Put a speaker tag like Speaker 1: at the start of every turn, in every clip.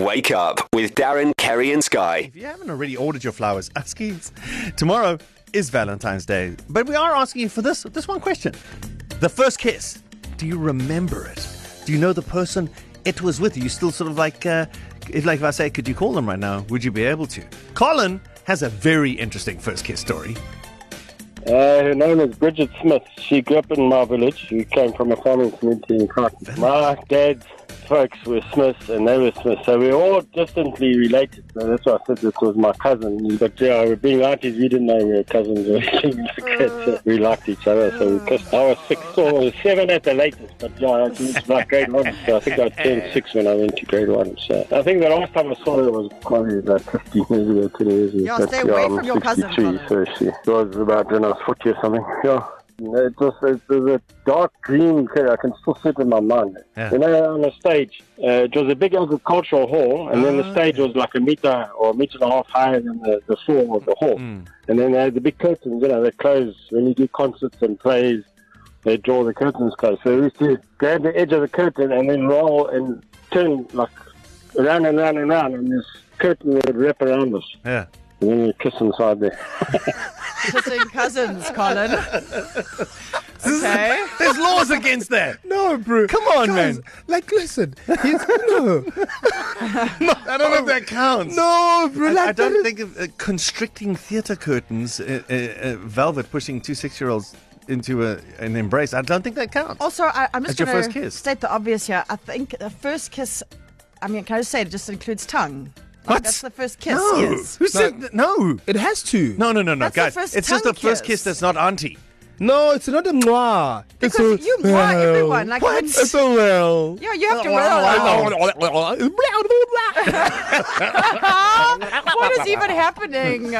Speaker 1: Wake Up with Darren, Kerry, and Sky.
Speaker 2: If you haven't already ordered your flowers, ask kids. Tomorrow is Valentine's Day, but we are asking you for this this one question: the first kiss. Do you remember it? Do you know the person it was with? Are you still sort of like, uh, if like if I say, could you call them right now? Would you be able to? Colin has a very interesting first kiss story.
Speaker 3: Uh, her name is Bridget Smith. She grew up in my village. She came from a farming community in Crichton. My dad's folks were Smiths and they were Smiths, so we we're all distantly related. So that's why I said this was my cousin. But yeah, we we're being aunties, we didn't know we were cousins or anything. So we liked each other, so we kissed. I was six or seven at the latest, but yeah, I was like grade one. So I think I turned six when I went to grade one. So I think the last time I saw her was probably about 15 years ago, 20 years ago.
Speaker 4: Yeah,
Speaker 3: But,
Speaker 4: stay away
Speaker 3: I'm
Speaker 4: from your cousin,
Speaker 3: 63,
Speaker 4: Colin.
Speaker 3: so she was about when I was 40 or something. Yeah. It was, it was a dark dream. okay, I can still sit in my mind.
Speaker 2: Yeah.
Speaker 3: You know, on a stage, uh, it was a big agricultural hall, and then the stage was like a meter or a meter and a half higher than the, the floor of the hall. And then they had the big curtains, you know, they close when you do concerts and plays, they draw the curtains closed. So we used to grab the edge of the curtain and then roll and turn like round and round and round, and this curtain would wrap around us.
Speaker 2: Yeah.
Speaker 3: And then you kiss inside there.
Speaker 4: Kissing cousins, Colin. Okay.
Speaker 2: There's laws against that.
Speaker 5: No, bro.
Speaker 2: Come on,
Speaker 5: Guys,
Speaker 2: man.
Speaker 5: Like, listen. Yes, no.
Speaker 2: I don't know if that counts.
Speaker 5: No, bro.
Speaker 2: I,
Speaker 5: like,
Speaker 2: I don't
Speaker 5: that
Speaker 2: think of uh, constricting theatre curtains, uh, uh, uh, velvet pushing two six-year-olds into a, an embrace. I don't think that counts.
Speaker 4: Also, I, I'm
Speaker 2: That's
Speaker 4: just
Speaker 2: your
Speaker 4: going
Speaker 2: first
Speaker 4: to
Speaker 2: kiss.
Speaker 4: state the obvious here. I think the first kiss, I mean, can I just say it just includes tongue? Like,
Speaker 2: What?
Speaker 4: That's the first kiss.
Speaker 2: no.
Speaker 4: Yes.
Speaker 2: Who said th- no?
Speaker 5: It has to.
Speaker 2: No, no, no, no,
Speaker 4: That's the
Speaker 2: guys.
Speaker 4: first
Speaker 2: it's just the
Speaker 4: tongue
Speaker 2: first
Speaker 4: kiss.
Speaker 2: kiss that's not auntie.
Speaker 5: No, it's not a moi. It's
Speaker 4: Because
Speaker 5: a
Speaker 4: you moi
Speaker 5: well.
Speaker 4: everyone, like, when-
Speaker 5: It's a well.
Speaker 4: Yeah, you have to realize. what is even happening?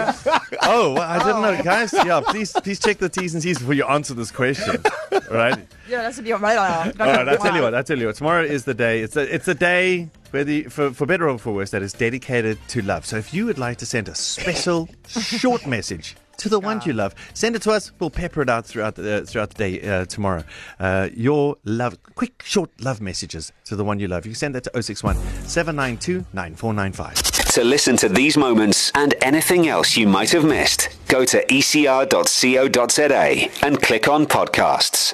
Speaker 2: Oh, well, I didn't know, guys. Yeah, please, please check the T's and C's before you answer this question. All right.
Speaker 4: Yeah, that's a bit. All right,
Speaker 2: All right. I tell you what. I tell you what. Tomorrow is the day. It's a, it's a day whether you, for for better or for worse that is dedicated to love. So if you would like to send a special short message. To the one you love, send it to us. We'll pepper it out throughout the uh, throughout the day uh, tomorrow. Uh, your love, quick, short love messages to the one you love. You can send that to 061 792 9495.
Speaker 1: To listen to these moments and anything else E you might have missed, go to ecr.co.za and click on podcasts.